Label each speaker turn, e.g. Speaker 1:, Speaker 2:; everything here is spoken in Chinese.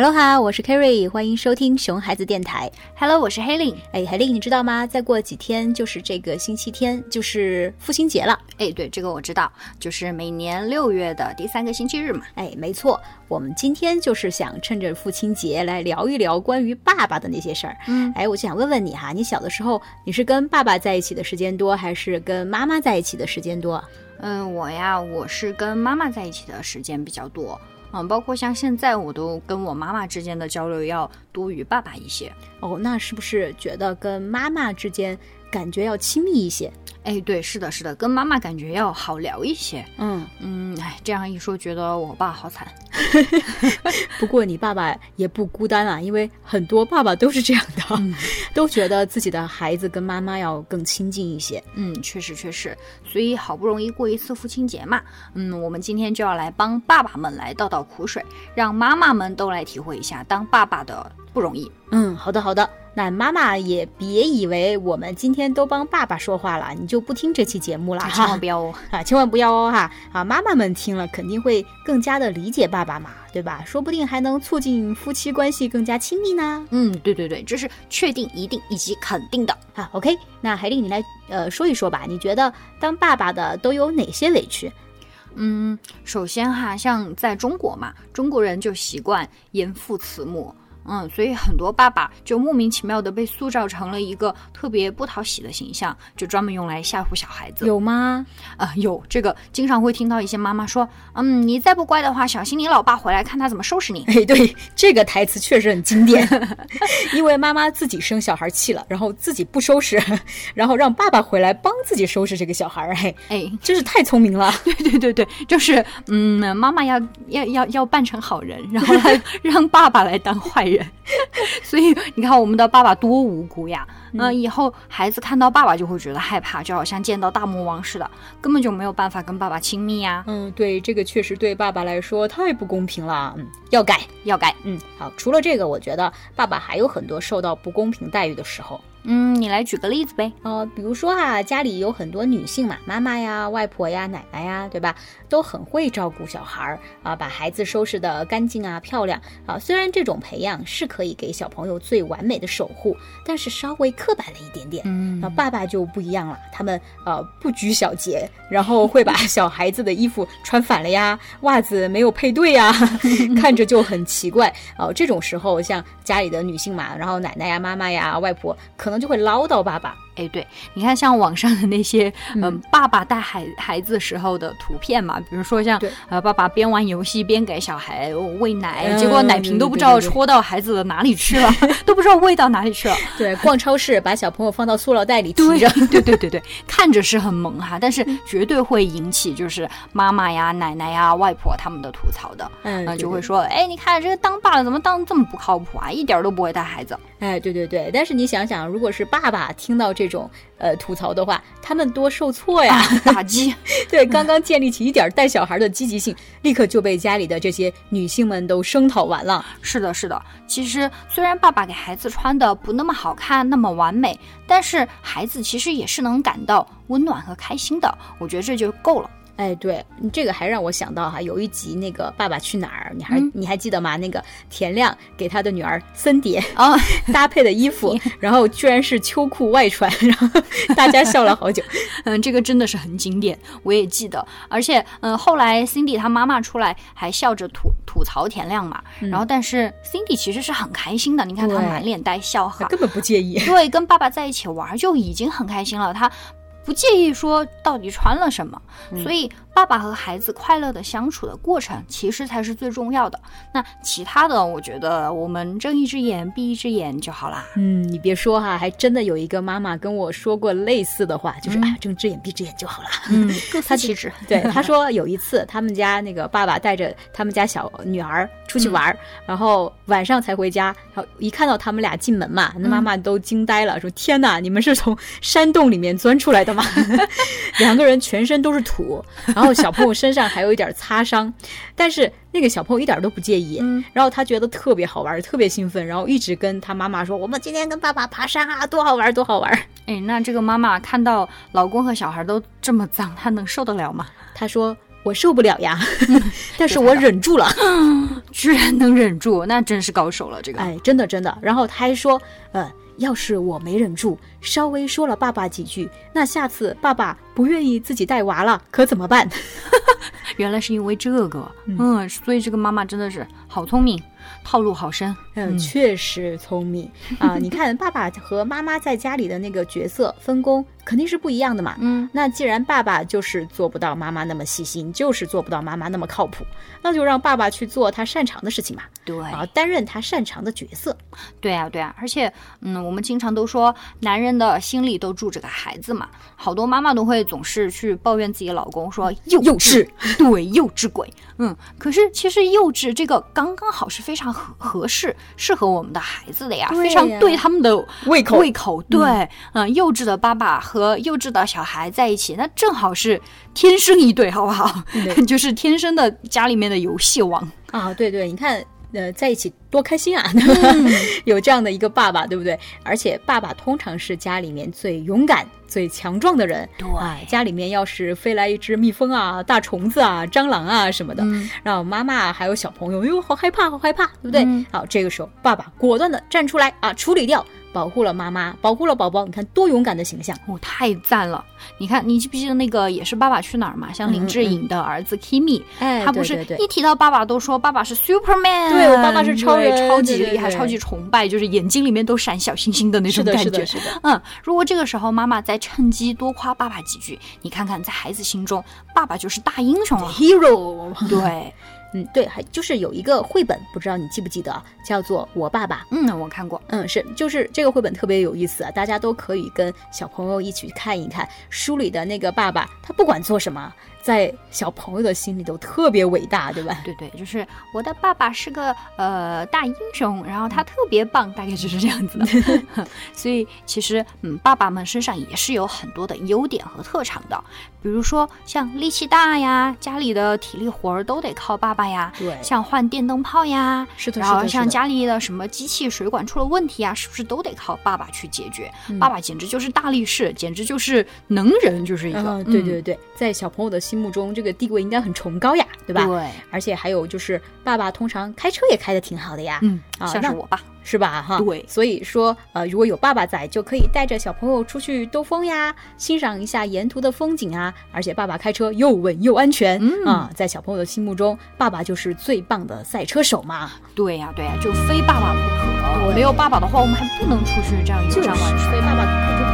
Speaker 1: 喽哈，我是 Kerry，欢迎收听熊孩子电台。
Speaker 2: Hello，我是黑令。
Speaker 1: 哎，海令，你知道吗？再过几天就是这个星期天，就是父亲节了。
Speaker 2: 哎，对，这个我知道，就是每年六月的第三个星期日嘛。
Speaker 1: 哎，没错，我们今天就是想趁着父亲节来聊一聊关于爸爸的那些事儿。
Speaker 2: 嗯，
Speaker 1: 哎，我就想问问你哈，你小的时候你是跟爸爸在一起的时间多，还是跟妈妈在一起的时间多？
Speaker 2: 嗯，我呀，我是跟妈妈在一起的时间比较多，嗯，包括像现在我都跟我妈妈之间的交流要多于爸爸一些。
Speaker 1: 哦，那是不是觉得跟妈妈之间感觉要亲密一些？
Speaker 2: 哎，对，是的，是的，跟妈妈感觉要好聊一些。
Speaker 1: 嗯，
Speaker 2: 嗯，哎，这样一说，觉得我爸好惨。
Speaker 1: 不过你爸爸也不孤单啊，因为很多爸爸都是这样的，
Speaker 2: 嗯
Speaker 1: 都觉得自己的孩子跟妈妈要更亲近一些。
Speaker 2: 嗯，确实确实，所以好不容易过一次父亲节嘛，嗯，我们今天就要来帮爸爸们来倒倒苦水，让妈妈们都来体会一下当爸爸的不容易。
Speaker 1: 嗯，好的好的。那妈妈也别以为我们今天都帮爸爸说话了，你就不听这期节目了
Speaker 2: 啊，千
Speaker 1: 哈
Speaker 2: 万不要哦。
Speaker 1: 啊，千万不要哦哈啊！妈妈们听了肯定会更加的理解爸爸嘛，对吧？说不定还能促进夫妻关系更加亲密呢。
Speaker 2: 嗯，对对对，这是确定、一定以及肯定的。
Speaker 1: 啊，OK，那海丽你来呃说一说吧，你觉得当爸爸的都有哪些委屈？
Speaker 2: 嗯，首先哈，像在中国嘛，中国人就习惯严父慈母。嗯，所以很多爸爸就莫名其妙的被塑造成了一个特别不讨喜的形象，就专门用来吓唬小孩子。
Speaker 1: 有吗？
Speaker 2: 啊、有这个经常会听到一些妈妈说，嗯，你再不乖的话，小心你老爸回来看他怎么收拾你。
Speaker 1: 哎，对，这个台词确实很经典， 因为妈妈自己生小孩气了，然后自己不收拾，然后让爸爸回来帮自己收拾这个小孩，哎，
Speaker 2: 哎，
Speaker 1: 真是太聪明了。
Speaker 2: 对对对对，就是嗯，妈妈要要要要扮成好人，然后 来让爸爸来当坏人。 所以你看，我们的爸爸多无辜呀！嗯、以后孩子看到爸爸就会觉得害怕，就好像见到大魔王似的，根本就没有办法跟爸爸亲密呀。
Speaker 1: 嗯，对，这个确实对爸爸来说太不公平了，嗯，要改。
Speaker 2: 要改，
Speaker 1: 嗯，好，除了这个，我觉得爸爸还有很多受到不公平待遇的时候。
Speaker 2: 嗯，你来举个例子呗。
Speaker 1: 呃，比如说啊，家里有很多女性嘛，妈妈呀、外婆呀、奶奶呀，对吧？都很会照顾小孩儿啊，把孩子收拾得干净啊、漂亮啊。虽然这种培养是可以给小朋友最完美的守护，但是稍微刻板了一点点。
Speaker 2: 嗯
Speaker 1: 那爸爸就不一样了，他们呃不拘小节，然后会把小孩子的衣服穿反了呀，袜子没有配对呀， 看着就很奇怪。哦、这种时候像家里的女性嘛，然后奶奶呀、妈妈呀、外婆，可能就会唠叨爸爸。
Speaker 2: 哎，对，你看像网上的那些，嗯、
Speaker 1: 嗯
Speaker 2: 爸爸带孩孩子时候的图片嘛，比如说像
Speaker 1: 对
Speaker 2: 呃，爸爸边玩游戏边给小孩喂奶，
Speaker 1: 嗯
Speaker 2: 结果奶瓶都不知
Speaker 1: 对
Speaker 2: 道
Speaker 1: 对对
Speaker 2: 戳到孩子的哪里 去了，都不知道喂到哪里去了。
Speaker 1: 对，逛超市把小朋友放到塑料袋里提
Speaker 2: 对
Speaker 1: 着。
Speaker 2: 对对对对，看着是很萌哈，但
Speaker 1: 嗯
Speaker 2: 是绝对会引起就是妈妈呀、奶奶呀、外婆他们的吐槽的，
Speaker 1: 嗯
Speaker 2: 嗯、就会。说，哎，你看这个当爸的怎么当这么不靠谱啊，一点儿都不会带孩子。
Speaker 1: 对对哎，对对对，但是你想想，如果是爸爸听到这种呃吐槽的话，他们多受挫呀！
Speaker 2: 打击，
Speaker 1: 对，刚刚建立起一点带小孩的积极性，立刻就被家里的这些女性们都声讨完了。
Speaker 2: 是的，是的。其实虽然爸爸给孩子穿的不那么好看，那么完美，但是孩子其实也是能感到温暖和开心的。我觉得这就够了。
Speaker 1: 哎，对，你这个还让我想到哈，有一集那个《爸爸去哪儿》，你还、
Speaker 2: 嗯
Speaker 1: 你还记得吗？那个田亮给他的女儿森蝶
Speaker 2: 哦，
Speaker 1: 搭配的衣服，然后居然是秋裤外穿，然后大家笑了好 久。
Speaker 2: 嗯，这个真的是很经典，我也记得。而且，嗯，后来 Cindy 她妈妈出来还笑着吐吐槽田亮嘛，然后但是 Cindy 其实是很开心的，你看她
Speaker 1: 对
Speaker 2: 满脸带笑哈，
Speaker 1: 根本不介意。
Speaker 2: 对，跟爸爸在一起玩儿就已经很开心了，他不介意说到底穿了什么，所以爸爸和孩子快乐的相处的过程，其实才是最重要的。那其他的，我觉得我们睁一只眼闭一只眼就好啦。
Speaker 1: 嗯，你别说哈，还真的有一个妈妈跟我说过类似的话，就是、啊，睁只眼闭只眼就好了。
Speaker 2: 嗯， 各司其职。
Speaker 1: 对，他说有一次他们家那个爸爸带着他们家小女儿出去玩儿，然后晚上才回家，然后一看到他们俩进门嘛，那妈妈都惊呆了，说：“天哪，你们是从山洞里面钻出来的吗？” 两个人全身都是土，然后小朋友身上还有一点擦伤，但是那个小朋友一点都不介意，
Speaker 2: 嗯
Speaker 1: 然后他觉得特别好玩，特别兴奋，然后一直跟他妈妈说：“我们今天跟爸爸爬山啊，多好玩，多好玩。”
Speaker 2: 哎，那这个妈妈看到老公和小孩都这么脏，她能受得了吗？
Speaker 1: 他说：“我受不了 呀，但是我忍住了。
Speaker 2: 居然能忍住，那真是高手了。这个，
Speaker 1: 哎，真的真的。然后他还说，呃，要是我没忍住，稍微说了爸爸几句，那下次爸爸不愿意自己带娃了，可怎么办？
Speaker 2: 原来是因为这个，
Speaker 1: 嗯
Speaker 2: 嗯所以这个妈妈真的是好聪明，套路好深。
Speaker 1: 嗯，确实聪 明啊！你看，爸爸和妈妈在家里的那个角 色分工肯定是不一样的嘛。
Speaker 2: 嗯，
Speaker 1: 那既然爸爸就是做不到妈妈那么细心，就是做不到妈妈那么靠谱，那就让爸爸去做他擅长的事情嘛，
Speaker 2: 对，
Speaker 1: 啊，担任他擅长的角色。
Speaker 2: 对啊，对啊。而且，嗯，我们经常都说，男人的心里都住着个孩子嘛。好多妈妈都会总是去抱怨自己老公说幼
Speaker 1: 嗯幼
Speaker 2: 稚，对，幼稚鬼。嗯，可是其实幼稚这个刚刚好是非常合合适，适合我们的孩子的呀，
Speaker 1: 对
Speaker 2: 非常
Speaker 1: 呀
Speaker 2: 对他们的
Speaker 1: 胃口
Speaker 2: 胃口对，嗯、幼稚的爸爸和幼稚的小孩在一起，那正好是天生一对，好不好
Speaker 1: 对？
Speaker 2: 就是天生的家里面的游戏王。
Speaker 1: 啊，对对，你看，呃，在一起多开心啊！ 有这样的一个爸爸，对不对？而且爸爸通常是家里面最勇敢、最强壮的人。
Speaker 2: 对
Speaker 1: 啊，家里面要是飞来一只蜜蜂啊、大虫子啊、蟑螂啊什么的，
Speaker 2: 嗯
Speaker 1: 然后妈妈还有小朋友，哟，好害怕，好害怕，对不对？
Speaker 2: 嗯
Speaker 1: 好，这个时候爸爸果断的站出来啊，处理掉，保护了妈妈，保护了宝宝，你看多勇敢的形象。
Speaker 2: 哦，太赞了！你看，你记不记得那个也是《爸爸去哪儿》嘛？像林志颖的儿子 Kimi，、
Speaker 1: 嗯哎，
Speaker 2: 他不
Speaker 1: 对
Speaker 2: 是
Speaker 1: 对对
Speaker 2: 一提到爸爸都说爸爸是 Superman，
Speaker 1: 对我爸爸是超人
Speaker 2: 对超级
Speaker 1: 对对
Speaker 2: 厉害，
Speaker 1: 对
Speaker 2: 超级崇拜，就是眼睛里面都闪小星星的那
Speaker 1: 是
Speaker 2: 种
Speaker 1: 的，
Speaker 2: 感
Speaker 1: 是
Speaker 2: 觉
Speaker 1: 的，。是的，
Speaker 2: 嗯，如果这个时候妈妈再趁机多夸爸爸几句，你看看在孩子心中，爸爸就是大英雄了。啊
Speaker 1: hero。
Speaker 2: 对，
Speaker 1: 嗯，对，还就是有一个绘本，不知道你记不记得，啊叫做《我爸爸》。
Speaker 2: 嗯，我看过。
Speaker 1: 嗯，是，就是这个绘本特别有意思啊，大家都可以跟小朋友一起看一看。书里的那个爸爸，他不管做什么，在小朋友的心里都特别伟大，对 吧？
Speaker 2: 对对，就是我的爸爸是个呃大英雄，然后他
Speaker 1: 嗯
Speaker 2: 特别棒，大概就是这样 子的。 所以其实嗯，爸爸们身上也是有很多的优点和特长的，比如说像力气大呀，家里的体力活儿都得靠爸爸呀，
Speaker 1: 对
Speaker 2: 像换电灯泡呀，
Speaker 1: 是的，
Speaker 2: 然
Speaker 1: 是
Speaker 2: 后
Speaker 1: 的，是
Speaker 2: 像
Speaker 1: 的
Speaker 2: 家里的什么机器、水管出了问题啊，是不是都得靠爸爸去解决？
Speaker 1: 嗯
Speaker 2: 爸爸简直就是大力士，简直就是能人，就是一个。
Speaker 1: 嗯，对对对，在小朋友的心目中，这个地位应该很崇高呀，对
Speaker 2: 对嗯
Speaker 1: 吧？
Speaker 2: 对，
Speaker 1: 而且还有就是，爸爸通常开车也开得挺好的呀，
Speaker 2: 嗯，
Speaker 1: 啊
Speaker 2: 像
Speaker 1: 那
Speaker 2: 是我爸。
Speaker 1: 是吧？哈，
Speaker 2: 对
Speaker 1: 所以说，呃，如果有爸爸在，就可以带着小朋友出去兜风呀，欣赏一下沿途的风景啊。而且爸爸开车又稳又安全，
Speaker 2: 嗯
Speaker 1: 啊，在小朋友的心目中，爸爸就是最棒的赛车手嘛。
Speaker 2: 对呀、对呀、就非爸爸不可。没有爸爸的话，我们还不能出去这样游
Speaker 1: 就是
Speaker 2: 山玩水。
Speaker 1: 所以爸爸可就不
Speaker 2: 呃